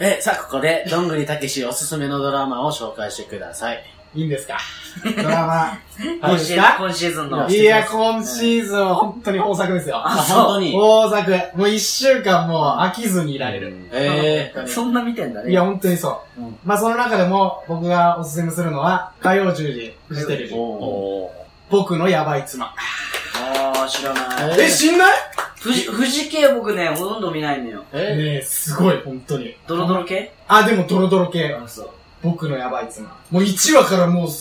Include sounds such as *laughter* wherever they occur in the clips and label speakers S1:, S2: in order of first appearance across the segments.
S1: え、さあ、ここで、どんぐりたけしおすすめのドラマを紹介してください。
S2: いいんですかドラマ。いい
S3: 今
S2: です
S3: シ
S2: か
S3: 今シーズンの
S1: 今。
S2: い
S1: シーズン
S2: や、今シーズンは本当に豊作ですよ。
S3: あ
S1: あ、
S3: そう
S1: 本当に。
S2: 豊作。もう一週間もう飽きずにいられる。
S1: え
S2: 本当に
S3: そんな見てんだね。
S2: いや、本当にそうう。
S3: ん
S2: まあ、その中でも、僕がおすすめするのは、火曜10時、フジテレ
S1: ー、
S2: ビ。
S1: おー。
S2: 僕のヤバい妻。
S3: あー、知らない。
S1: え
S2: 死んない
S3: 富士、富士系僕ね、ほとんど見ないのよ。
S1: え
S2: ねえ、すごい、本当に。
S3: ドロドロ系
S2: あ、でもドロドロ系。
S3: そう。
S2: 僕のヤバい妻。もう1話からもう引き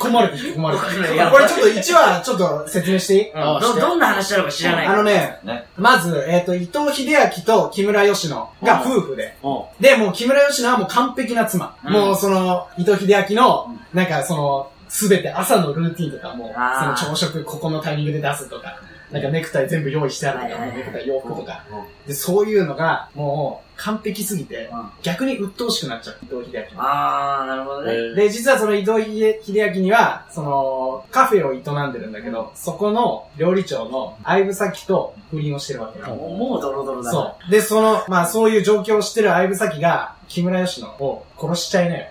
S2: 込まれて引き込まれて。
S3: 僕のヤ
S2: こ
S3: バ
S2: れ
S3: い
S2: ちょっと1話ちょっと説明していい
S1: あ
S3: ど、どんな話なのか知らない。
S2: あの、ね、
S4: ね
S2: まず、えっ、と、伊藤秀明と木村佳乃が夫婦で。
S1: おー
S2: で、もう木村佳乃はもう完璧な妻。
S3: うん
S2: もうその、伊藤秀明の、なんかその、すべて朝のルーティンとかもう、そ
S3: あ
S2: の
S3: ー
S2: 朝食ここのタイミングで出すとか、なんかネクタイ全部用意してあるとか、
S3: はいはいはい
S2: ネクタイ洋服とか、
S1: うんうん
S2: で、そういうのがもう完璧すぎて、
S3: うん
S2: 逆に鬱陶しくなっちゃう、伊藤秀明。
S3: あー、なるほどね。
S1: えー
S2: で、実はその伊藤秀秀明には、その、カフェを営んでるんだけど、そこの料理長の相武咲と不倫をしてるわけよ。
S3: もうドロドロだな。
S2: そう。で、その、まあそういう状況を知ってる相武咲が、木村佳乃を殺しちゃいなよ。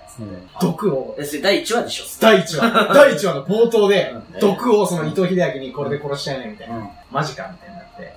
S2: 毒を、
S3: え、それ第1話でしょ
S2: 第1話、 *laughs* 第1話の冒頭で、
S1: うん
S2: 毒をその伊藤秀明にこれで殺しちゃいなよみたいな。
S3: うん
S2: マジかみたいになって。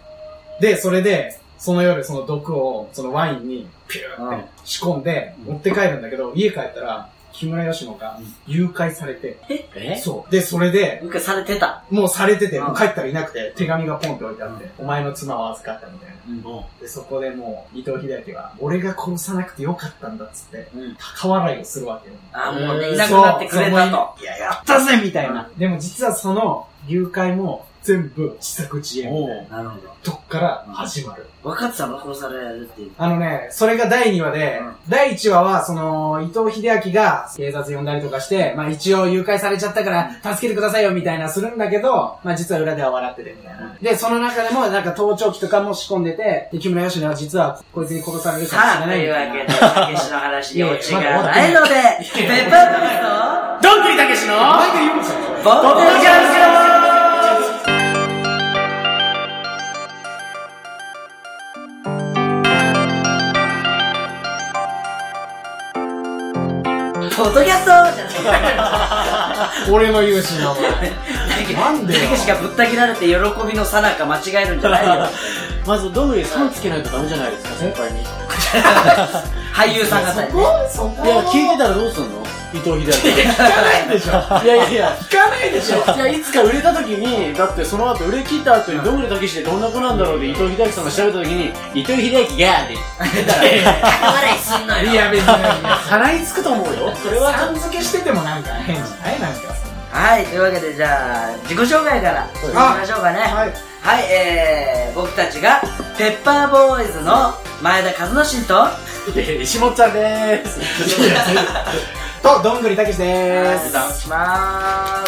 S2: で、それで、その夜その毒を、そのワインに、ピューって仕込んで、
S1: うん
S2: 持って帰るんだけど、家帰ったら、木村佳乃が誘拐されて、
S1: え
S2: そう。で、それで、
S3: 浮かされてた。
S2: もうされてて、
S3: うん
S2: もう帰ったらいなくて、手紙がポンって置いてあって、お前の妻を預かったみたいな。
S1: おー
S2: で、そこでもう、伊藤秀明は、俺が殺さなくてよかったんだっつって、
S1: うん
S2: 高笑いをするわけよ。
S3: あー、もう
S1: えー
S3: ねいなくなってくれたと。
S2: いや、やったぜみたいな。でも実はその、誘拐も、全部、自作自演。
S1: おー
S3: なるほど。
S2: とこから始まる。
S3: 分かってたの殺されるっていう。
S2: あのね、それが第2話で、
S3: うん
S2: 第1話は、その、伊藤秀明が警察呼んだりとかして、まあ一応誘拐されちゃったから、助けてくださいよみたいなするんだけど、まあ実は裏では笑っててみたいな。で、その中でも、なんか盗聴器とかも仕込んでて、で、木村佳乃は実はこいつに殺されるかもし
S3: さ
S2: れ
S3: あ、と
S2: ない
S3: い
S2: み
S3: うわ
S2: たいな。
S3: けで、たけしの話にオチがないので、ペッパーミル
S1: どんぐりたけしの
S2: 毎回言うんですよ。
S3: と、ボッドキャンセルポッドキャストじゃない
S2: 俺の勇姿なお前。なんでよ
S3: たけしがぶった切られて喜びのさなか間違えるんじゃないよ。
S1: *laughs* まず、どんぐりさんつけないとダメじゃないですか、先輩に。い
S3: 俳優さんがさ、
S2: そこ
S1: や、聞いてたらどうすんの伊藤秀
S2: 聞かないでしょ。
S1: 明。いやいやいや。
S2: 聞かないでしょ。
S1: いや、いつか売れた時に、だってその後売れ切った後に、どんぐりたけしってどんな子なんだろうで、伊藤秀明さんが調べた時に、伊藤秀明がーで、
S3: 笑いすんのよ。
S2: いや、別に。
S1: 鼻につくと思うよ。それは。
S2: さん付けしててもなんか変じゃないなんか。
S3: はい、というわけでじゃあ、自己紹介からしてみましょうかね。
S2: はい。
S3: はい、えー、僕たちが、ペッパーボーイズの前田和之進と、
S1: いやいや石本ちゃんでーす。
S2: と、どんぐりたけしでーす。
S3: お願いしま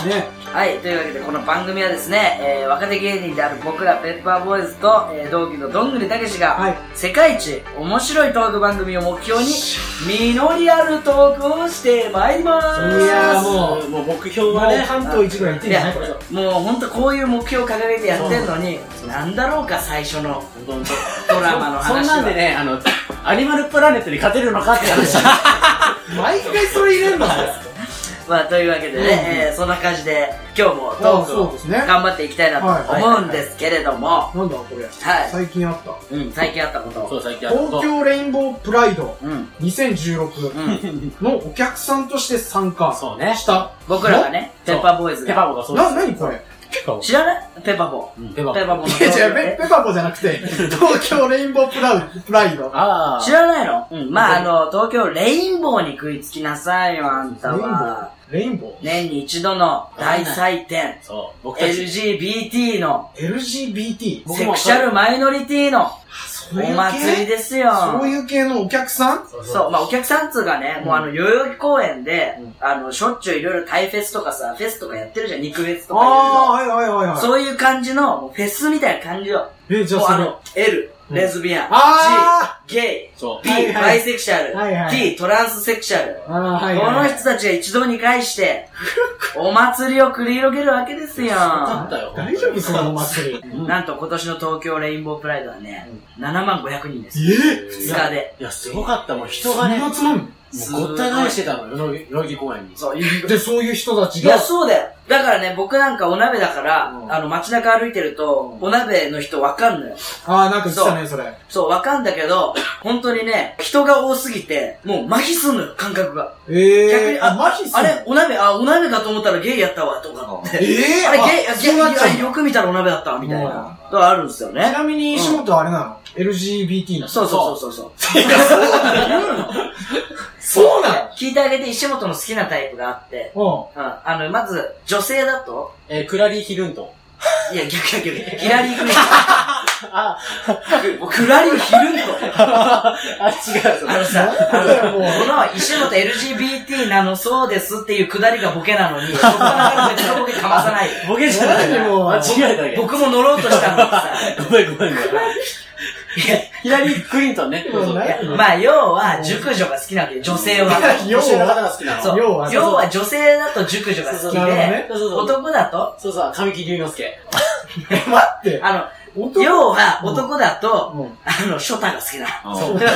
S3: す。
S2: ね。
S3: はい、というわけでこの番組はですね、えー若手芸人である僕らペッパーボーイズと、えー同期のどんぐりたけしが、
S2: はい
S3: 世界一面白いトーク番組を目標に、実りあるトークをしてまいります。
S2: いやーも
S1: う、もう目標
S2: もう
S1: はね、
S2: 関東一ぐらい行ってん
S3: い
S2: じゃな
S3: や
S2: いこれ。ね
S3: もう本当こういう目標を掲げてやってんのになんだろうか最初のドラマの話
S1: そ
S3: は
S1: んなんでね、あの、アニマルプラネットに勝てるのかって話。
S2: 毎回それ入れんの
S3: まあというわけでね、えーそんな感じで今日もトーク
S2: あそう
S3: を
S2: ですね
S3: 頑張っていきたいなと思うんですけれども
S2: なんだこれ。
S3: は
S2: 最近あった。
S3: い、うん、最近あったこ
S1: *laughs*
S3: と
S1: そう、
S3: を
S1: 最近あった
S2: 東京レインボープライド
S3: うん
S2: 2016
S3: うん、
S2: のお客さんとして参加
S1: そうね。
S2: した。
S3: 僕らがねペ
S1: そう
S3: ッパーボーイズ
S1: ペパ
S3: が
S1: ボがそうで
S2: な、
S1: す。
S2: なにこれ
S1: ペパボ。
S3: 知らないペッパーボ
S1: うんペパボ
S3: ペッパーボの
S2: いや違う、ペペパボじゃなくて、東京レインボープラウプライド。
S1: あ
S3: 知らないの、
S1: うん
S3: まああの東京レインボーに食いつきなさいよあんたは
S2: レインボー
S3: 年に一度の大祭典
S1: そう、僕たち。
S3: LGBT の
S2: ?LGBT?
S1: 僕
S3: セ
S1: も
S3: クシャルマイノリティの
S2: そうい
S3: お
S2: う
S3: 祭り
S2: 系
S3: ですよ。
S2: そういう系のお客さん
S1: そ
S3: そう、まあお客さんっつうかね、もうあの、代々木公園で、あの、しょっちゅういろいろタイフェスとかさ、フェスとかやってるじゃん、肉フェスとかいろいろ
S2: あー、はいはいはいはい。
S3: そういう感じの、もうフェスみたいな感じよ。
S2: え、じゃ
S3: もう
S2: あ
S3: あ
S2: それ、
S3: の、L、レズビアン、
S2: あ
S3: G、ゲ
S1: *laughs* そ
S3: イ、
S2: はい
S3: B、
S2: はい
S3: バイセクシャル、
S2: はいはい
S3: T、トランスセクシャル。
S2: ああ、はい、
S3: こ
S2: はい。
S3: の人たちが一堂に
S2: *laughs*
S3: 会して、お祭りを繰り広げるわけですよ。
S1: なんだよ。
S2: 大丈夫そのお祭り。
S1: うん
S3: なんと今年の東京レインボープライドはね、7万500人です。
S2: え
S3: 2日で。
S1: いや、すごかった。もう人
S2: そ
S1: がね、
S2: ん
S1: も
S2: なつまん
S1: うごった返してたのよ、代々木公園に。
S3: そう、い
S2: で、そういう人たち
S3: や、
S2: が、
S3: そうだよ。だからね、僕なんかお鍋だから、
S2: うん
S3: あの、街中歩いてると、お鍋の人わかんのよ。
S2: ああ、なんか言ってたね、それ。
S3: そう、わかんだけど、本当にね、人が多すぎて、もう麻痺すんのよ、感覚が。
S2: ええー。
S3: 逆に、
S2: あ、麻痺する
S3: あれ、お鍋、あ、お鍋かと思ったらゲイやったわ、とかって。
S2: ええ
S3: *laughs* あれ、ゲイ、あ
S2: あ
S3: ゲ
S2: そうなっちゃう
S3: イ、あよく見たらお鍋だったわ、みたいな。
S2: うん
S3: だからあるんですよ
S2: ち
S3: ね。
S2: なみに、石本はあれなの ?LGBT なの
S3: そうそうそうそう。 *laughs*
S2: そうな
S3: 聞いてあげて、石本の好きなタイプがあって、
S2: の
S3: うん。あの、まず、女性だと、
S1: えー、クラリー・ヒルントン。
S3: いや、逆だけ *laughs* ど、ヒラリー・クリン
S1: あ、
S3: トン。クラリー・ヒルントン。
S1: *laughs* あ、違う、そ
S3: あ
S1: れ
S3: のさ、あ
S2: だよもう
S3: の、この石本 LGBT なのそうですっていうくだりがボケなの *laughs* に、そこからめっちゃボケかまさ *laughs* ない。
S1: ボケじゃない
S2: 何も
S1: 間違えたけど。
S3: 僕も乗ろうとしたのにさ。
S1: ごめんごめんごめん。ヒラリー・クリントンね。
S2: もうない
S3: やまあ、要は、熟女が好きなわけよ、女性は。
S2: うん。要
S1: 女性の方が
S2: は、
S1: 好きなの。
S3: そう
S2: 要は
S3: 要は女性だと熟女が好
S2: な
S3: き
S2: るほどね
S3: で、
S1: そうそうそう。
S3: 男だと、
S1: そうそう、神木隆之介。
S2: 待って、
S3: あの、
S2: 男
S3: 要は男だと、
S2: うん
S3: あの、ショタが好きなの。
S1: そう。そうそうそ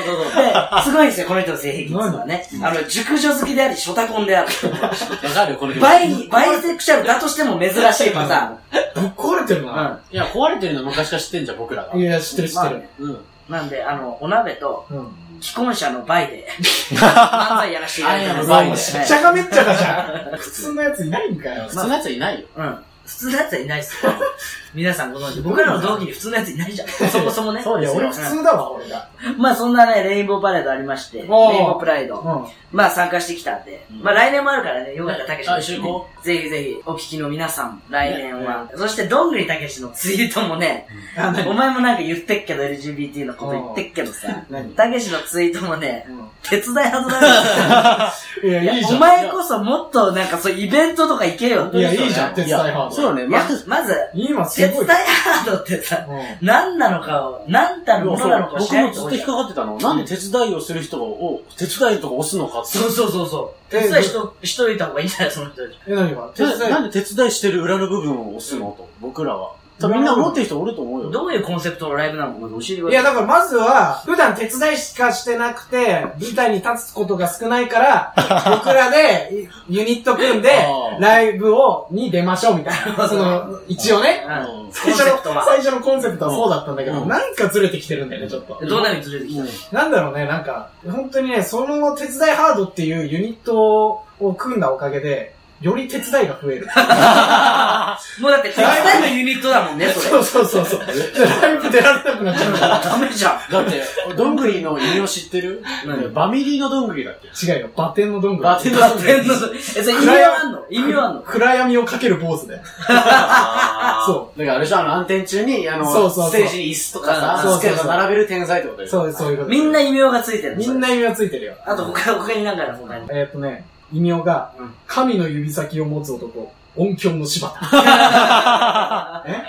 S1: うそうそう。
S3: で、すごいんですよ、この人の性癖はね。あの、熟女好きであり、ショタコンである。
S1: わかるこの曲。
S3: バイ、バイセクシャルだとしても珍しいパタ
S2: ぶっ壊れてるな。
S1: いや、壊れてるの昔から知ってんじゃん、僕らが。
S2: いや、知ってる知って
S3: まあ
S2: る。
S1: *laughs* うん。
S3: ーン。なんで、あの、お鍋と、
S2: うん。
S3: 既婚者のバイで、漫才やらせていただいてま
S1: う
S3: す。
S1: んバイで
S2: もうしっちゃかめっちゃかじゃん。普通のやついないんかよ
S1: 普。通のやつはいないよ。
S3: うん。普通のやつはいないっすよ。皆さんご存知。僕らの同期に普通のやついないじゃん。そもそもね。
S1: そう
S2: い
S1: で
S2: や、
S1: す
S2: 俺
S1: よ。
S2: 普通だわ、俺が。
S3: *laughs* まあそんなね、レインボーパレードありまして、レイン
S2: おー
S3: ボープライ
S2: う
S3: ド。
S2: ん。
S3: まあ参加してきたんで。
S1: うん
S3: まあ来年もあるからね、よかったらたけしも
S1: あ一緒に行こ
S3: ぜひぜひ、お聞きの皆さんも、来年は。そして、どんぐりたけしのツイートもね、
S2: あ、な
S3: お前もなんか言ってっけど、LGBT のこと言ってっけどさ、
S2: 何
S3: たけしのツイートもね、手伝いはずだ
S2: *laughs* いや、いいじゃ
S3: お
S2: ん。
S3: 前こそもっとなんかそうイベントとか行けよ。
S2: いやいいじゃん
S1: そうだね
S2: 鉄道ハード
S1: そうだね、
S3: いや
S1: まず、
S3: まず、
S2: 今
S3: 手
S2: す
S3: 伝
S2: ご
S3: い
S2: い。
S3: ハードってさ、何なのかを、何たるものなのかを
S1: 僕
S3: 知らな
S1: も
S3: い
S1: ずっ
S3: と
S1: と引っかかってたの。なんで手伝いをする人を、手伝いとか押すのかって。
S3: そうそうそうそう。
S2: え
S3: 手伝いしと、しといた方がいいんじゃないその人たち。
S2: え、何が手伝
S1: なないんで手伝いしてる裏の部分を押すのと、僕らは。多分みんな思ってる人おると思うよ。
S3: どういうコンセプトのライブなのか教えてく
S2: い
S3: だ
S2: や、
S3: さい。
S2: だからまずは、普段手伝いしかしてなくて、舞台に立つことが少ないから、僕らで、いユニット組んで
S1: あ、ー
S2: ライブを、に出ましょうみたいな。その、一応ね。
S3: あの
S1: うん
S3: コ
S2: 最
S3: ン
S2: 初
S3: セ
S2: の
S3: プト、は。
S2: 最初のコンセプトはそうだったんだけど、
S1: うん
S2: なんかずれてきてるんだよね、ちょっと。
S3: どんな風に連れてきたの
S2: なんだろうね、なんか、本当にね、その手伝いハードっていうユニットを組んだおかげで、より手伝いが増える。
S3: もうだって手伝いのユニットだもんね、そ
S2: そ
S3: れ。
S2: うそうそうそう。でライブ出られなくなっちゃうから。
S3: ダメじゃん。
S1: だって、どんぐりの意味を知ってる
S3: 何
S1: バミリーのどんぐりだっけ
S2: 違うよ、バテンのどんぐり。
S1: バテン
S3: だって *laughs* え、それ意味はあんの意味はあんの
S2: 暗闇をかける坊主だよ。
S1: *laughs*。
S2: そう
S1: だからあれじゃあ、暗転中に、あの、
S2: そうそうそう
S1: ステージに椅子とかさ、
S2: そうそうそう
S1: 机とか並べる天才ってことで
S2: う。
S1: しょ
S2: そう、そういうこと。
S3: みんな、異名がついてるの
S2: みん。な意味はついてるよ。
S3: それあと他、他に何かある他に。
S2: えっ、ー、とね、異名が
S3: うん、
S2: 神の指先を持つ男、音響の *laughs* 柴田。え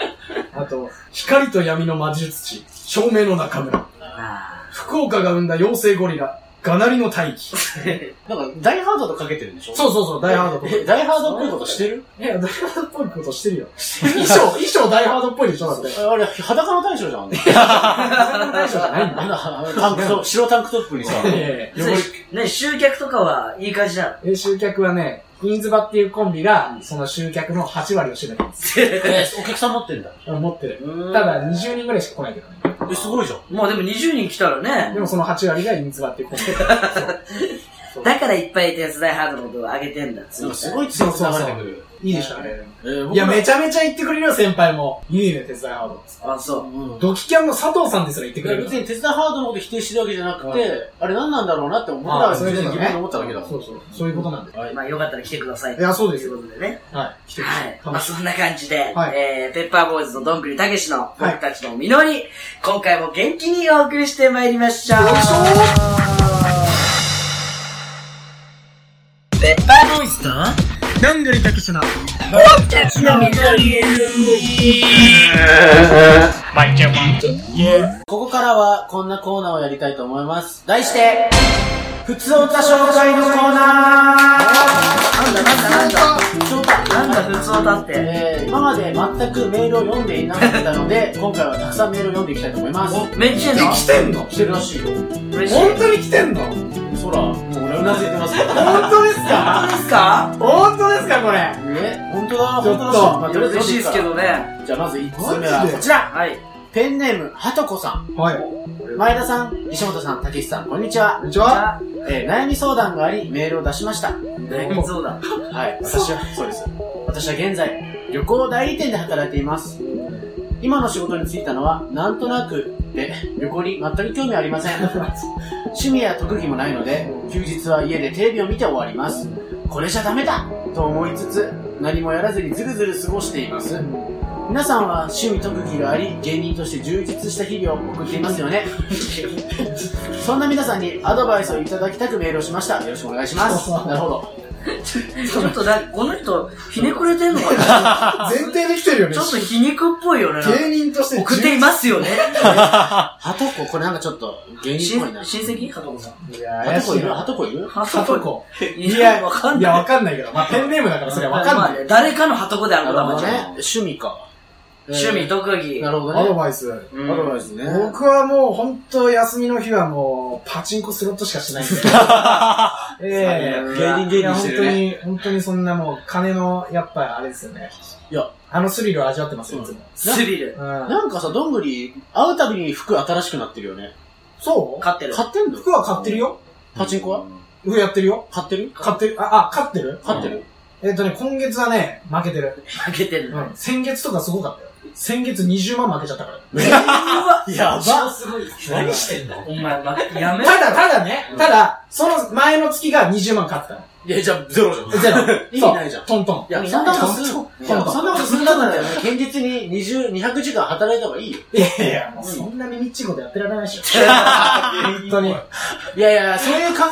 S2: あと、光と闇の魔術師、照明の中村。
S3: あ
S2: 福岡が生んだ妖精ゴリラ、ガナリの大器。
S3: ー
S1: なんか、ダイハードとかけてるんでしょ
S2: そうそうそう、ダイハードっぽい。
S1: えダイハードっぽいことしてる
S2: いや、ダイハードっぽいことしてるよ。 *laughs* 衣装、衣装ダイハードっぽいでしょだって。
S1: あれ、裸の大将じゃん。
S2: *laughs* そんな大将じゃないんだ。
S1: あのタンクトップ白タンクトップにさ、
S2: いやいやいや
S3: それね、集客とかはいい感じなの
S2: え集客はね、インズバっていうコンビが、その集客の8割を占めてます。
S1: えお客さん持ってんだ。
S2: 持ってる。
S1: う
S2: た
S1: ん
S2: だ、20人ぐらいしか来ないけどね。
S1: え、すごいじゃん。
S3: もうでも20人来たらね
S2: で、もその8割がインズバっていうコン *laughs* ビ。
S3: だからいっぱい手伝いハードのことを上げてんだっつ
S1: な
S3: うんの
S1: かすごい強く流れてくる。
S2: いいでしょ、あれ。
S1: えー僕
S2: いや、め
S1: ち
S2: ちゃめちゃ言ってくれるよ、先輩も。いいね、手伝いハードっつって。
S3: あ、そう。
S1: うん。
S2: ドキキャンの佐藤さんですら言ってくれる
S1: 別。に手伝いハードのこと否定してるわけじゃなくて、あれ何なんだろうなって僕らは
S2: そう
S1: 全
S2: いう
S1: 然
S2: こ
S1: 疑
S2: とね
S1: 問に思っただけだもん。
S2: そうそう。そういうことなんで。
S1: はい
S3: まあよかったら来てください。
S2: いや、そう
S3: と
S2: です
S3: いう
S2: よ。
S3: ことでね。
S2: はい。来てくださ
S3: はい
S2: い。。
S3: まあ
S2: 楽し
S3: そんな感じで、
S2: はい
S3: えー、ペッパーボーイズのどんぐりたけしの
S2: はい
S3: 僕たちの実り、今回も元気にお送りしてまいりましょう。
S2: よいし
S3: ペッパーボーイズと
S2: み。どんぐりたけしの
S3: 僕たちの実り。
S4: Mic check one two. Yeah.
S1: ここからはこんなコーナーをやりたいと思います。題して、普通歌紹介のコーナー
S3: なんだなんだなんだ
S1: 普通歌
S3: なんだ普通だって
S1: えー今まで全くメールを読んでいなかったので、今回はたくさんメールを読んでいきたいと思います。
S3: めっちゃいいの
S2: 来てんの
S1: 来てるらしいよ。
S3: 嬉しい
S2: 本当に来てんの本
S1: そら、もう俺うなずいてますけど。
S2: 当ですか
S3: 本当ですか
S2: 本当ですかこれ
S1: え、本当だ、
S2: ちょっと
S1: 本当だまあとりあえず
S3: 嬉しいですけ
S1: 読ん
S3: どね
S1: いいか。じゃあまず1つ目は
S2: マジで
S1: こちら。
S3: はい
S1: ペンネーム、はとこさん。
S2: はい。
S1: 前田さん、石本さん、たけしさん、こんにちは
S2: こん。にちは。
S1: えー悩み相談があり、メールを出しました。
S3: 悩み相談
S1: はい、私は、そうです。私は現在、旅行代理店で働いています。今の仕事に就いたのは、なんとなく、で、旅行に全く興味ありませ *laughs* ん。趣味や特技もないので、休日は家でテレビを見て終わります。これじゃダメだと思いつつ、何もやらずにずるずる過ごしています。皆さんは趣味特技があり、芸人として充実した日々を送っていますよね。 *laughs* そんな皆さんにアドバイスをいただきたくメールをしました。よろしくお願いします。 *laughs* なるほど。
S3: ちょっとなんかこの人ひねくれてんの
S2: *laughs*
S3: か
S2: 前提で来てるよ
S3: な
S2: ね。
S3: ちょっと皮肉っぽいよねなんか
S2: 芸人として
S3: 送っていますよね
S1: ハトコ、これなんかちょっと芸人
S3: 親
S1: っぽいな。ハ
S3: 親戚加藤さん
S2: いや、怪
S1: トコ
S2: し
S1: い
S2: い
S1: る
S2: な。
S1: ハトコいる
S2: ハトコ。
S3: いやわか
S2: い
S3: んない
S2: や、わかんないけど。まあ、ペンネームだからそれはわかん
S3: まあ
S2: ない。
S3: ね誰かのはとこであ
S1: な
S3: るこ
S1: る
S3: とは
S1: ほ
S3: 間
S1: ど
S3: 違い
S1: ね
S3: ない。
S1: 趣味か。
S3: 趣味
S1: と。
S3: 特技
S1: なるほ
S2: アド
S1: どね。
S2: バイス。
S3: うん
S1: アドバイスね。
S2: 僕はもう本当休みの日はもうパチンコスロットしかしないんで。
S1: *laughs*
S2: ええ
S1: 芸人芸
S2: いや
S1: 人し
S2: 本
S1: て
S2: 当
S1: るね。
S2: に、本当にそんなもう金の、やっぱあれですよね。
S1: いや、
S2: あのスリルを味わってますよ、いつも。
S3: スリル
S2: うん。
S1: なんかさ、どんぐり、会うたびに服新しくなってるよね。
S2: そう
S3: 勝ってる
S1: 買ってんの
S2: 服は買ってるよ。
S1: パチンコは
S2: 服やってるよ。
S1: 買ってる
S2: 買ってる。あ、あ、買ってる
S1: 買ってる
S2: えっとね、今月はね、負けてる。
S3: 負けてる
S2: う
S3: の
S2: ん。先月とかすごかったよ。先月20万負けちゃったから。
S1: やば
S3: すごい
S1: 何してんの
S3: お前まや
S2: ただ、
S3: め
S2: ただね、ただ、その前の月が20万買ったの。
S1: いや、じゃあ、ゼロじゃん。
S2: ゼロ。
S1: *laughs* 意味ないじゃん
S2: そうトントン。
S1: いや、そんなことする
S2: 本当
S1: いや
S2: 本当
S1: そんなことするんだったらね、堅実に20、200時間働いた方がいいよ。
S2: いやいや、もうそんなにみっちごとやってられないで
S1: *laughs*
S2: しょ。本当に。ド
S1: いやいや、そういう考え。
S2: カン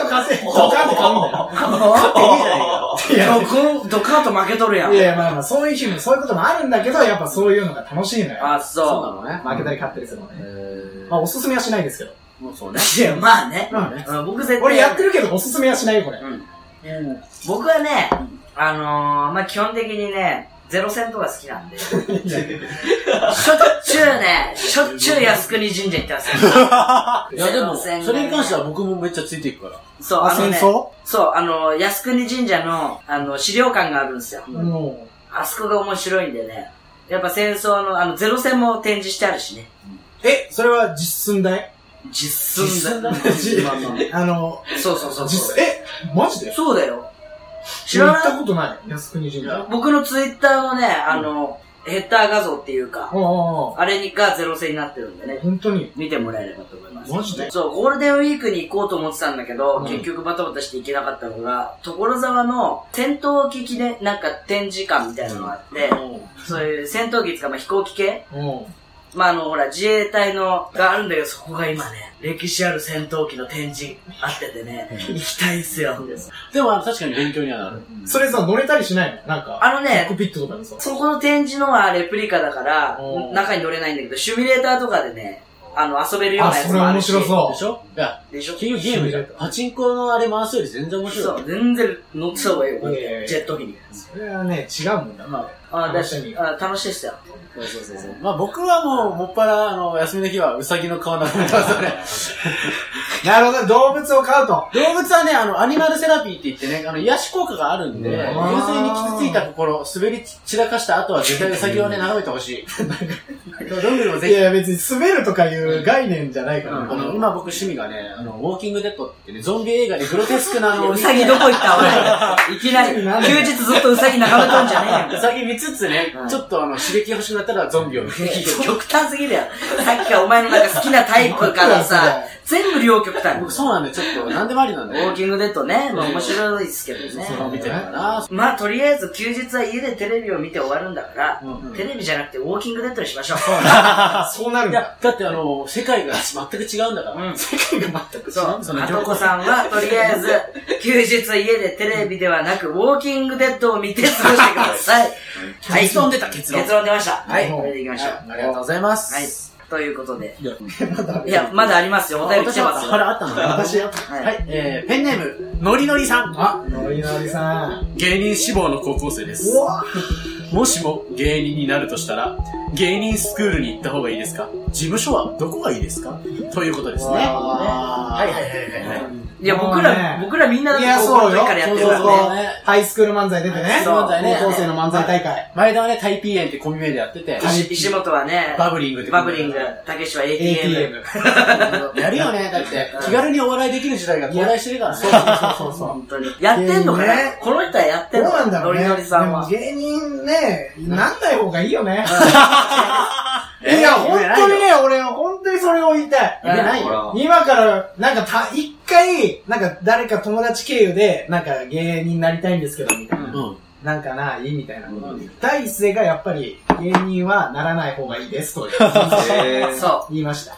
S2: と稼い、ドカンと買うんだ
S1: っ
S2: よ。
S1: ていいじゃないか。
S2: いや
S3: *laughs* ドクンドカーと負けとるやん
S2: いや、まあまあ、そういう日も、そういうこともあるんだけど、やっぱそういうのが楽しいのよ。
S3: あ
S1: そう
S3: そ
S1: なのね。
S2: 負けたり勝ったりするの
S1: え
S2: ね。
S1: ー
S2: まあ、おすすめはしないですけど。
S1: もうそうね。
S3: ういやまあね
S2: うん
S3: うん僕絶対
S2: 俺やってるけど、おすすめはしないよ、これ。
S3: 僕はねあのーまあ基本的にねゼロ戦とか好きなんでしょっちゅうねしょっちゅう靖国神社行ってます
S1: いやでも、
S3: ゼロ戦ね
S1: それに関しては僕もめっちゃついていくから。
S3: そう
S2: あ、
S3: あの
S2: 戦
S3: ね
S2: 争
S3: そうあの靖国神社のあの資料館があるんですよ
S2: も
S3: あそこが面白いんでねやっぱ戦争のあのゼロ戦も展示してあるしね
S2: う。え、それは実寸大
S3: 実寸だ
S1: 実寸だ
S2: あの、
S3: そうそうそうそ
S2: 実
S3: う、
S2: え、マジで
S3: そうだよ知ら
S2: 行っ
S3: な
S2: た
S3: い
S2: ことない。靖国神社。
S3: 僕のツイッターのねあの、ヘッダー画像っていうか
S2: おうおうおう
S3: あれにがゼロ戦になってるんでね
S2: 本当に。
S3: 見てもらえればと思います
S2: マジで
S3: そうゴールデンウィークに行こうと思ってたんだけど、
S2: うん
S3: 結局バタバタして行けなかったのが所沢の戦闘機記念なんか展示館みたいなのがあって、そういう戦闘機つかまあ飛行機系
S2: おう
S3: まああのほら自衛隊のがあるんだけどそこが今ね歴史ある戦闘機の展示あっててね行きたいっすよ
S1: でも、確かに勉強にはなる。
S2: それさ、乗れたりしないのなんか、
S3: あの
S2: コッ
S3: ね
S2: クピットとかでさ。
S3: そこの展示のはレプリカだから
S2: おー
S3: 中に乗れないんだけどシミュレーターとかでねあの遊べるよう
S2: あ、
S3: なやつ
S2: それ
S3: もある
S2: 面
S3: し
S2: 白そ
S1: でしょいや、
S3: でしょ
S1: 金融ゲームじゃん。パチンコのあれ回すより全然面白い。
S3: そう、全然乗ってた方がいいよ、
S2: いやいやいや
S3: ジェット機に。
S2: う。それはね、違うもんな。ま
S3: あ
S2: 楽しみ
S3: だあ楽しいっすよ。
S1: そうそうそうそう。まあ僕はもう、もっぱら、あの、休みの日はウサギの顔なくなってますよね。
S2: あ、なるほど、動物を飼うと。
S1: 動物はね、あの、アニマルセラピーって言ってね、あの、癒し効果があるんで、
S2: うん
S1: 純粋に傷ついた心、滑り散らかした後は絶対ウサギをね、眺めてほしい。どんぐりも
S2: い
S1: ぜひ
S2: やいや、別に滑るとかいう概念じゃないから。
S1: あの、
S2: ね
S1: 今僕趣味がね、あの、ウォーキングデッドって言ってね、ゾンビ映画でグロテスクなのを
S3: *laughs* う
S1: 見
S3: さぎどこ行ったおい。いきなり、
S2: なんで
S3: 休日ずっとうさぎ眺めとんじゃねえ
S1: ウ
S3: よ。
S1: サギ見つつね、ちょっとあの、刺激欲しくなったらゾンビを見る。
S3: 極端すぎるやん。さっきからお前のなんか好きなタイプからさ、全部両極端。
S1: 僕そうなんで、ちょっと、なんでもありなん
S3: ウ
S1: で。
S3: ォーキングデッドね、まあ面白いですけどね。
S1: そう見てるから。
S3: まあとりあえず休日は家でテレビを見て終わるんだから、
S1: うん
S3: テレビじゃなくてウォーキングデッドにしましょう。
S2: そうなるん
S1: い
S2: だ。
S1: や、だってあの、世界が *laughs* 全く違うんだから。
S3: うん
S1: 世界が全く違
S3: そう
S1: うんだ、
S3: あとこさんは、とりあえず、
S2: *laughs*
S3: 休日家でテレビではなく、ウォーキングデッドを見て過ごしてください。はい
S1: 結論出た、結論。
S3: 結論出ました。
S1: はい
S3: これでいきましょう。
S1: はいありがとうございます。
S3: はい。ということで。
S1: いや
S3: いや、まだありますよ。お便り来てます
S1: あ
S3: よ。
S1: れあったのね。私よ。
S3: はい
S1: はい。えーペンネーム、のりのりさん。
S2: あ、のりのりさん。
S1: 芸人志望の高校生です。
S2: わ
S1: もしも芸人になるとしたら、芸人スクールに行った方がいいですか事務所はどこがいいですかということですね。
S2: は
S1: はいはいはいはいはい。
S3: いや、僕ら、僕らみんなだっ
S2: い
S3: て
S2: や、
S3: 高校
S2: そう
S3: の
S2: よ。
S3: 時からやってるか
S2: そうそう
S3: ら
S2: そう
S3: ね。
S2: ハイスクール漫才出てね。
S1: そうだね
S2: 高校生の漫才大会。
S1: 前田はね、タイピーエンってコミュ名でやってて、
S2: はい
S3: 石石本はね、
S1: バブリングって
S3: バブリング、たけしは ATM。
S2: ATM。
S1: やるよね、だって。気軽にお笑いできる時代が到来してるからね。
S2: そうそうそう。
S3: 本当に。やってんのか
S2: いい
S3: ね
S2: ね
S3: この人はやって
S2: ど
S3: ん
S2: う
S3: の
S2: なんだろうね。
S3: ノリノリさんは。
S2: でも芸人ね、なんない方がいいよね。 *laughs* い
S1: え
S2: や、本当にね、俺、本当にそれを言いたい。
S1: 夢ないよ。
S2: 今から、なんかた、一回、なんか誰か友達経由で、なんか芸人になりたいんですけど、みたいな。
S1: うん。
S2: なんかないみたいなことを言う第一声がやっぱり、芸人はならない方がいいです、という
S3: そう。
S2: 言いました。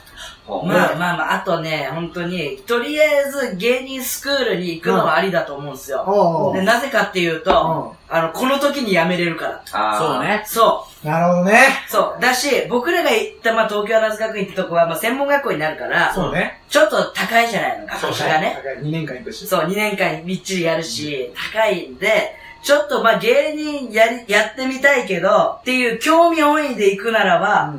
S3: まあまあまあ、あとね、本当に、とりあえず芸人スクールに行くのはありだと思うんですよ。
S2: おうおう
S3: でなぜかっていうと、あの、この時に辞めれるから。
S1: そうね。
S3: そ
S2: なるほどね。
S3: う。そう。だし、僕らが行った、まあ、東京アナズ学院ってとこは、まあ、専門学校になるから、
S2: そうね。
S3: ちょっと高いじゃないの、学費がね。
S2: 2年間行くし。
S3: そう、2年間みっちりやるし、高いんで、ちょっとまあ芸人やり、やってみたいけど、っていう興味本位で行くならば、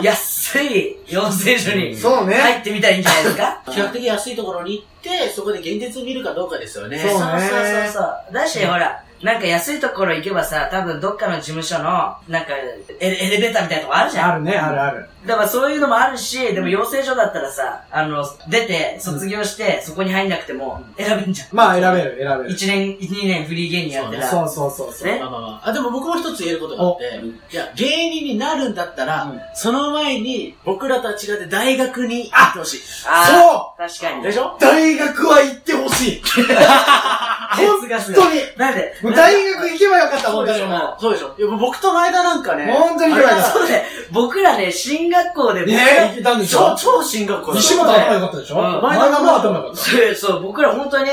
S3: 安い養成所に
S2: そうね
S3: 入ってみたらいいんじゃないですか
S1: 比較的安いところに行って、そこで現実見るかどうかですよね。
S2: そう
S3: そうそうそうそう。だし、ほら、なんか安いところ行けばさ、多分どっかの事務所の、なんかエレ、エレベーターみたいなとこあるじゃん。
S2: あるね、あるある。
S3: だからそういうのもあるし、でも養成所だったらさ、あの、出て、卒業して、そこに入んなくても、選べんじゃん。
S2: まあ、選べる、選べる。
S3: 1年、2年フリー芸人やってたら。
S2: そうそうそうそう。
S3: ね
S1: まあまあまあ。あ、でも僕も一つ言えることがあって、じゃあ芸人になるんだったら、
S2: うん
S1: その前に僕らとは違って大学に行ってほしい。
S3: ああ確かに。
S1: でしょ
S2: 大学は行ってほ
S3: *laughs*
S2: しい。本
S3: がすごい
S2: 当に。
S3: なんで
S2: もう大学行けばよかった、
S1: そう
S2: 本
S1: で
S2: 当
S1: し
S2: にもう。
S1: ょそうでしょいや僕と前田なんかね、
S2: 本当に行
S3: あ
S2: け
S3: れ
S2: ばよ
S3: だ
S2: かっ
S3: そうね、僕らね、進学校で、
S2: ねえ行けたんでしょ
S1: 超、超進学校だ
S2: た。西本頭良かったでしょ
S3: うん
S2: 前田がもう頭良かった。
S3: そうそう、僕ら本当に、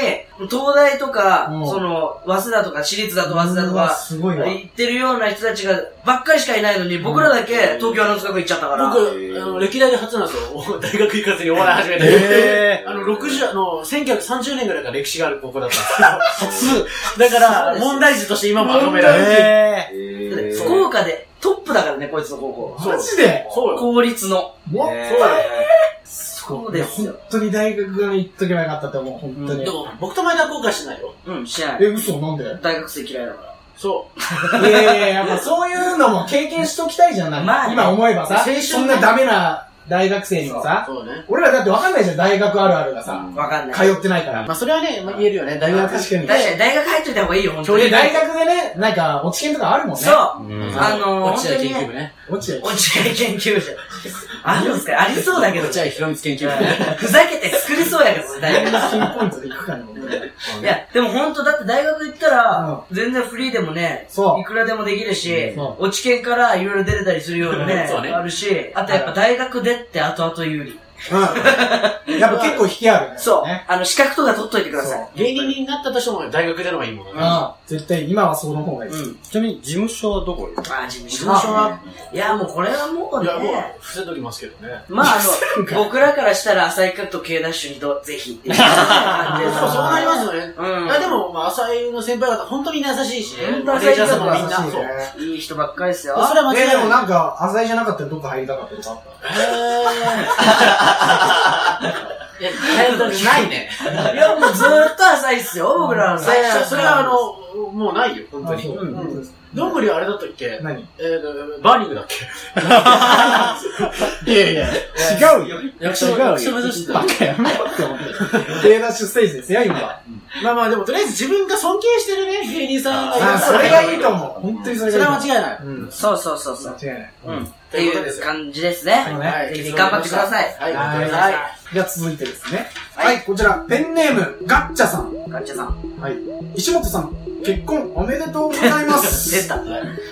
S3: 東大とか、
S2: うん
S3: その、早稲田とか、私立だと早稲田と
S2: うわ
S3: か、
S2: すごいわ
S3: 行ってるような人たちが、ばっかりしかいないのに、僕らだけ東京アナウンス学校行っちゃったから。
S1: 僕、あの、歴代で初なんですよ。 *laughs* お大学行かずにお笑い始めた。
S2: へー
S1: あの、60、あの、1930年ぐらいから歴史がある高校だったんですよ。初。 *laughs* だから、問題児として今まとめられてる。
S2: え
S3: 福岡でトップだからね、こいつの高校。
S2: マジで
S1: そうよ。
S3: 公立の。
S1: そ
S2: もう
S1: うだよ。
S3: そうですよ。
S2: 本当に大学に行っとけばよかったと思う、本当に
S1: で。も、僕と前田は後悔してないよ。
S3: うん、知らな
S2: え、
S3: い。
S2: 嘘なんで
S3: 大学生嫌いだから。
S1: そう。
S2: いやいやいや、やっぱそういうのも経験しときたいじゃん、なん
S3: まあ
S2: か
S3: ね
S2: 今思えばさ
S1: 青春、ね
S2: そんなダメな大学生にもさ、
S1: そうね。
S2: 俺らだってわかんないじゃん、大学あるあるがさ、
S3: わかんない。
S2: 通ってないから。
S1: まあ、それはね、まあ、言えるよね。大
S2: いや
S1: 学
S2: 確かに。
S3: 確かに大学入っといた方がいいよ、本当
S2: で
S3: に。
S2: 大学でね、なんか、落ち研とかあるもんね。
S3: そう。
S4: うん
S3: あのー、
S1: 落
S3: 本
S1: 合
S3: 当に
S1: 研究
S3: ね
S1: 部、ね。
S2: 落ち
S3: 落合研究所。あるんすかありそうだけど。
S1: 落合博光研究部ね。
S3: ふざけて作りそうやけどね、大学。
S2: ピンポイントで行くからね、本当に
S3: いや、でも本当だって大学行ったら、全然フリーでもね、
S2: そう
S3: いくらでもできるし
S2: うんそ、
S3: 落ち研からいろいろ出れたりするようなね、
S1: そうね
S3: あるし、あとやっぱ大学出って後々有利。
S2: うん。やっぱ結構引きあるね。
S3: そう
S2: ね。。
S3: あの、資格とか取っといてください。
S1: 芸人になったとしても大学出ればいいもんね。
S2: うん。絶対今はその方がいい。
S3: う
S2: うん
S3: ん。
S4: ちなみに事務所はどこよ
S3: まあ、事務所。
S1: 事務所はい
S3: や、もうこれはもう
S1: いや、もう
S3: ね、、
S1: 伏せときますけどね。
S3: まああの、僕らからしたら浅井君と K ダッシュにど、ぜひっていう感じ
S1: で
S3: で
S1: もそうなりますよね。
S3: うん
S1: いや、でも、まあ、浅井の先輩方、本当みんな優しいしね。
S3: 本当
S1: マネージャーさん
S3: ま
S1: も
S3: あ
S1: みんな。
S2: 優しい
S1: そう。
S2: ね
S3: いい人ばっかりですよ。
S1: それは間違
S2: え、
S1: い
S2: で
S1: ない
S2: も。なんか、浅井じゃなかったらどっか入りたかったとかあっ
S3: *laughs*
S1: いや、ないね。
S3: いや、もうずーっと浅いっすよ、僕らの。
S1: 最初、それはあの、もうないよ、本当
S2: あそ
S1: に。
S2: う
S1: うん
S2: 本当で
S1: どんぐりはあれだったっけえ
S2: 何違
S1: ーバーニングだっけ *laughs*
S5: いやいや、
S2: うよ
S1: 役
S5: 違う
S1: 所、
S5: よ
S1: 役所目指してた。
S5: バカやめろって思って。
S2: 低ダッシュステージですよ、今は。
S1: まあまあ、でもとりあえず自分が尊敬してるね、芸人さんがいるから
S2: あ、それがいいと思う。本当にそ
S1: そ
S2: れ
S1: れは
S2: がいい。
S1: 間違いない。
S2: 違いうん。
S3: そうそうそうそう。
S2: 間違いない。
S3: うん。っ
S1: と
S3: て
S1: いうことで
S3: い
S1: す
S3: う
S1: よ
S3: 感じですね。
S2: はい
S3: ぜひ頑張ってください
S1: はい、頑張ってください。
S2: はい。じゃあ続いてですね。はい、こちら、ペンネーム、ガッチャさん。
S3: ガッチャさん。
S2: はい。石本さん、結婚おめでとうございま
S3: 出
S1: *laughs*
S2: す。
S3: た。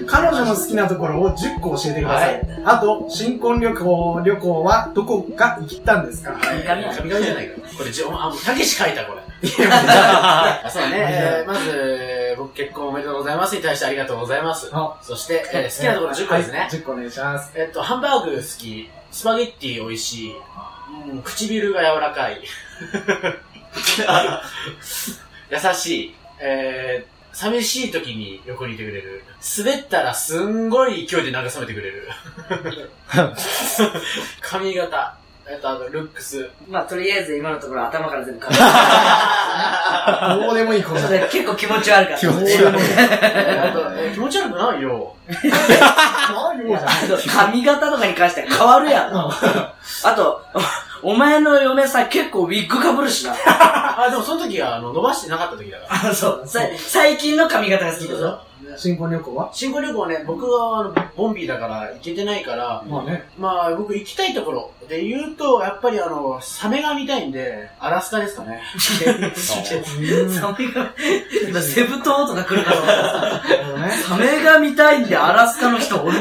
S2: 彼女の好きなところを10個教えてください。あと、新婚旅行、旅行はどこか行ったんですか
S1: 神
S3: 神々
S1: 々じゃないか。これ、じあ、もう、たけし書いた、これ。あそうね、えーまず、えー僕結婚おめでとうございますに対してありがとうございます。
S2: あ
S1: そして、えー好きなところ10個ですね。
S2: はい10個お願いします。
S1: えっと、ハンバーグ好き、スパゲッティ美味しい、うん、唇が柔らかい、 *laughs* 優しい、えー、寂しい時に横にいてくれる、滑ったらすんごい勢いで慰めてくれる、髪型、えっと、あの、ルックス、
S3: まあ、とりあえず今のところ頭から全部か
S2: どうでもいいこ
S3: そ
S2: と。
S3: れ結構気持ち悪かった。
S5: 気持ち悪い。
S1: えーあとえー気持ち悪くないよ。
S3: いやあと髪型とかに関しては変わる
S2: *laughs*
S3: やん。あと、おお前の嫁さ、結構ウィッグかぶるしな。
S1: あ、でもその時は、あの、伸ばしてなかった時だから。
S3: あ、そう。さ最近の髪型が好きだぞ。
S2: 新婚旅行は
S1: 新婚旅行ね、僕は、あの、ボンビーだから行けてないから、
S2: まあね。
S1: まあ、僕行きたいところで言うと、やっぱりあの、サメが見たいんで、アラスカですか *laughs* ね。
S3: サメが、今セブ島とか来るから、
S2: ね
S3: サメが見たいんでアラスカの人おる。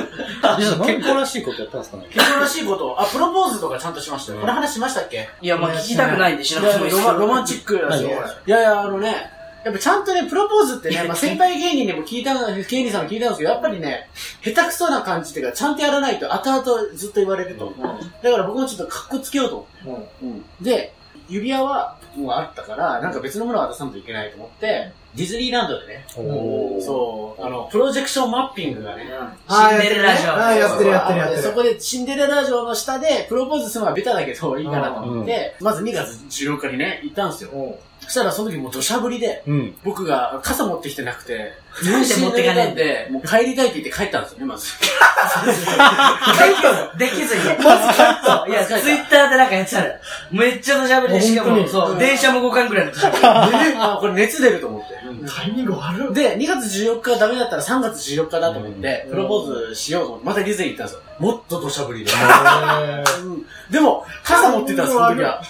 S5: 結婚らしいことやったんですかね
S1: 結婚らしいこと、あ、プロポーズとかちゃんとしましたよ。この話しましたっけ
S3: いや、まあ聞きたくないんでしなくてもいい
S1: ロマロマンチックだし。い
S5: 何
S1: やいや、あのね、やっぱちゃんとね、プロポーズって *laughs* ね、まあ先輩芸人でも聞いたの、芸人さんも聞いたんですけど、やっぱりね、下手くそな感じっていうか、ちゃんとやらないと後々ずっと言われると。だから僕もちょっと格好つけようと思って
S2: も
S1: で、指輪はもうあったから、なんか別のものを渡さないといけないと思って、ディズニーランドでね、そう、あの、プロジェクションマッピングがね、
S3: シンデレラ城。
S2: あーやってるねあーやってるやってるやってる
S1: そこでシンデレラ城の下でプロポーズするのはベタだけどいいかなと思って、まず2月14日にね、行ったんですよ
S2: う。。も
S1: そしたらその時もう土砂降りで、
S5: うん。
S1: 僕が傘持ってきてなくて、
S3: なんで持ってかねえんだ
S1: で、もう帰りたいって言って帰ったんですよね、
S2: *laughs*
S1: まず。
S3: できずに。そういや、ツイッターでなんかやってたら、めっちゃのしゃべりで、しかも、そう、電車も5巻ぐらいの年
S1: であ、これ熱出ると思って。
S2: うタイミング悪っ
S1: で、2月14日はダメだったら3月14日だと思って、プロポーズしようと思って、またディズニー行ったんですよ。もっと土砂降りで。うんでも、傘持ってたんですよ、その時は。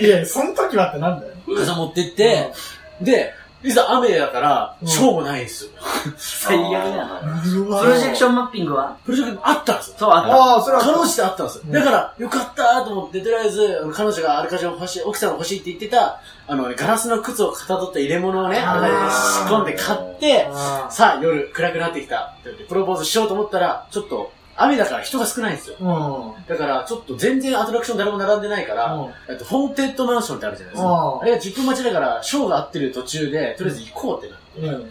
S2: いや、その時はってなんだよ。
S1: 傘持ってって、で、いざ雨だから、
S2: うん
S1: しょうもないんですよ。
S3: 最悪だな。
S2: う
S3: プロジェクションマッピングは
S1: プロジェクトあったんですよ。
S3: そう、あった。
S2: ああ、それは。
S1: 彼女と会ったんですよ。
S2: ん
S1: だから、よかったーと思って、とりあえず、彼女があらかじめ欲しい、奥さんが欲しいって言ってた、あのね、ガラスの靴をかたどった入れ物をね、
S2: あー
S1: 仕込んで買って、
S2: あ
S1: さあ、夜、暗くなってきた。って言ってプロポーズしようと思ったら、ちょっと、雨だから人が少ないんですよ。
S2: ーうん。
S1: だから、ちょっと全然アトラクション誰も並んでないから、
S2: うん
S1: えっと、ホーンテッドマンションってあるじゃないです
S2: う
S1: か
S2: ん。
S1: あれが10分待ちだから、ショーが合ってる途中で、とりあえず行こうってなって。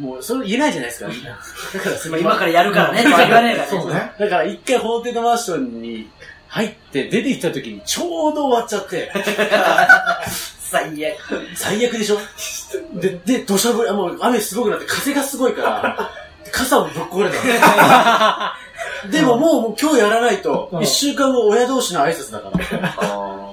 S2: うん。
S1: もう、それ言えないじゃない *laughs* ですか、みんな。だから、す
S3: まあ今からやるからね、とは言わねえからね。
S2: そうね。
S1: だから、一回ホーンテッドマンションに入って、出てきた時にちょうど終わっちゃ *laughs* って、
S3: 最悪。
S1: 最悪でしょで、で、土砂降り、あもう雨すごくなって、風がすごい *laughs* から、傘もぶっ壊れた *laughs* の。でももう、もう今日やらないと
S2: う、ん
S1: 一週間後親同士の挨拶だから。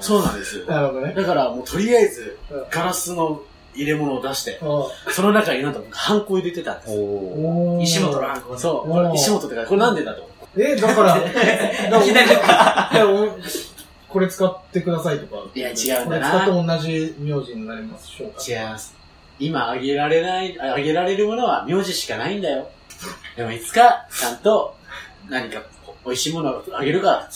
S1: そうなんですよ。
S2: なるほどね。
S1: だからもうとりあえず
S2: うん、
S1: ガラスの入れ物を出して、
S2: お
S1: その中になんとハンコ入れてたんです。
S5: お
S2: おー
S3: 石本のハンコ。
S1: そう、
S2: お
S1: こ
S2: ー
S1: れ石本ってか、これなんでだと。
S2: え、だから、
S1: *laughs*
S2: だ
S3: いきなり
S2: からおいやおこれ使ってくださいとか。
S1: いや違うん
S2: こ
S1: だ
S2: れ
S1: な
S2: 使って同じ名字になりますしょうか。
S1: 違います。今あげられない、ああげられるものは名字しかないんだよ。 *laughs* でもいつか、ちゃんと、何かこう美味しいものをあげるから。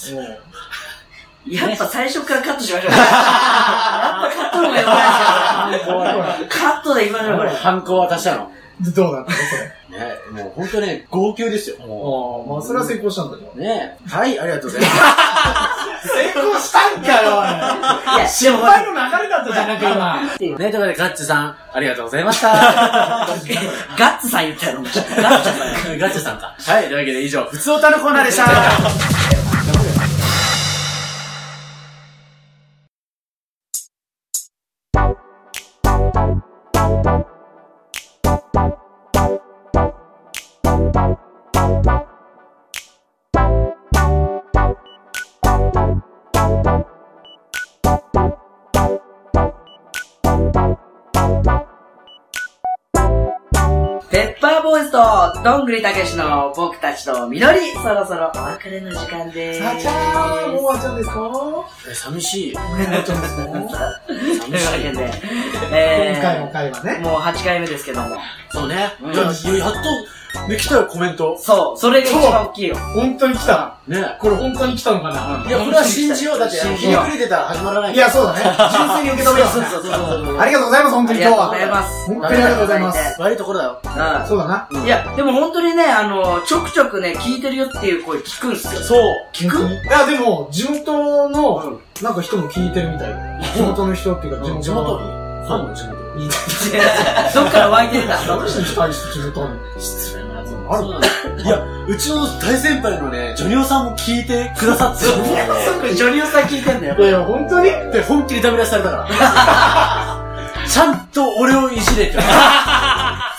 S3: やっぱ最初からカットしましょう。やっぱカットの方が良くないです
S2: ほ
S3: か。
S2: ら
S3: カットでいきましょう、これ。
S1: ハンコを渡したの。
S2: でどうだったのそれ。
S1: ね、もう本当ね、号泣ですよ。
S2: ああ、まあそれは成功したんだけど。
S1: ねはい、ありがとうございます。
S2: 成功したんかよ、
S3: いや、でも、
S2: おい。の流れだったじゃなく
S1: *laughs*
S2: 今。
S1: ね、ということで、ガッチさん、ありがとうございま *laughs* した。
S3: ガッツさん言ったやろ、ガッツさん。
S1: ガッチさんか。はい、というわけで以上、ふつおたのコーナーでした。
S6: 「
S3: ボーイズと、どんぐりたけしの僕たちとみのり、そろそろお別れの時間でーす。
S2: あちゃー、もう終わっちゃうんですか
S1: え寂しい。 *laughs*
S3: と
S1: 寂
S3: いうわ
S1: し
S3: け
S1: い。
S3: で、
S2: 今回の
S3: え
S2: 回は
S3: ー、
S2: ね。
S3: もう8回目ですけども。
S1: そうね。や
S3: うん
S1: やっと、できたよ、コメント。
S3: そう、それが一番大きいよ。
S5: 本当に来た。
S1: ね
S5: これ本当に来たのかない
S1: や、これは信じよう。だって、
S3: 信
S1: ひ
S3: じ
S1: ね
S3: よう
S1: くれてたら始まらない
S2: い
S1: から
S2: や、そうだね。純粋に受け止めよ
S1: そうそうそうそうそう
S2: う。ありがとうございます、本当に今日は。
S3: ありがとうございます
S2: 本当にありがとうございます。
S1: 悪いところだよ。
S3: う
S2: そうだな。
S3: ん。いや、でも本当にね、あの、ちょくちょくね、聞いてるよっていう声聞く
S1: *laughs*
S3: んすよ。
S1: そう。
S3: 聞く
S2: いや、でも、地元の、なんか人も聞いてるみたいで。地元の人っていうか、地元の。
S1: 地元に。ファンの地元
S2: いい
S3: どっから湧いてるんだ *laughs*
S2: 何してきたい人地元に。
S1: 失礼なやつ
S2: ある
S1: そうなんだいや、うちの大先輩のね、ジョニオさんも聞いてくださってた
S3: ジョニオさん聞いてんだよ。
S2: いやいや、本当に
S1: で、本気でダメ出しされたから。ちゃんと俺をいじれって。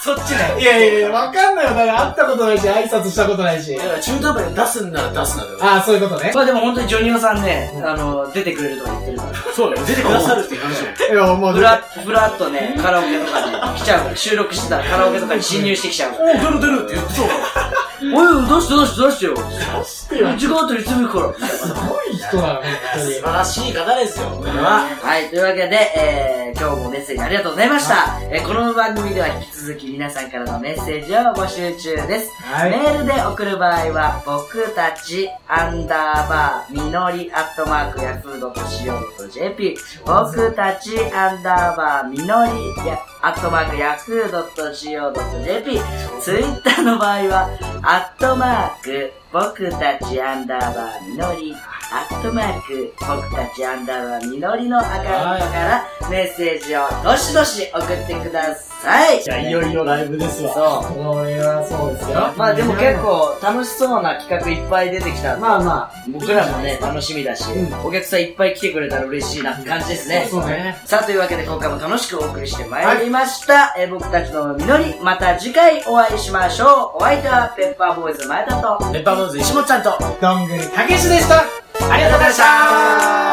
S3: そっちね。
S2: いやいやいや、わかんないよ。だから会ったことないし、挨拶したことないし
S1: だ。から中途半端に出すんなら出すなだよ。
S2: ああ、そういうことね。
S3: まあでも本当にジョニオさんね、あの、出てくれるとか言ってるから。
S1: そうだよ。出てくださるっていう話だよ。
S2: いや、もう、
S3: ふら、ふらっとね、カラオケとかに来ちゃうから、収録してたらカラオケとかに侵入してきちゃうから。
S1: おう、出る出るって言ってそうだ
S3: おい、出して出して出してよ。
S2: してよ。
S3: 時間あとに詰めるから。
S2: すごい人だよ、本当に
S1: 素晴。らしい方ですよ、俺は。
S3: はい、というわけで、えー、今日もメッセージありがとうございました。えーこの番組では引き続き皆さんからのメッセージを募集中です。
S2: はい
S3: メールで送る場合は、僕たち、アンダーバー、みのり、アットマーク、ヤフードと .co.jp、僕たち、アンダーバー、みのり、やアットマーク、ヤフードと .co.jp、ツイッターの場合は、アットマーク、僕たちアンダーバーみのり、アットマーク、僕たちアンダーバーみのりのアカウントからメッセージをどしどし送ってください。
S1: じゃあ、いよいよライブですわ。
S3: そ
S2: これはそうですよ
S3: う。。まあでも結。構楽しそうな企画いっぱい出てきたんで、
S2: まあまあ。
S3: 僕らもね、楽しみだし、
S2: うん
S3: お客さんいっぱい来てくれたら嬉しいなって感じですね。
S2: そうね。
S3: さあ、というわけで今回も楽しくお送りしてまいりました。えー僕たちのみのり、また次回お会いしましょう。お相手はペッパーボーイズ前田と、
S1: ペッパーボーイズ石本ちゃんと。
S2: どんぐりたけしでした。ありがとうございました。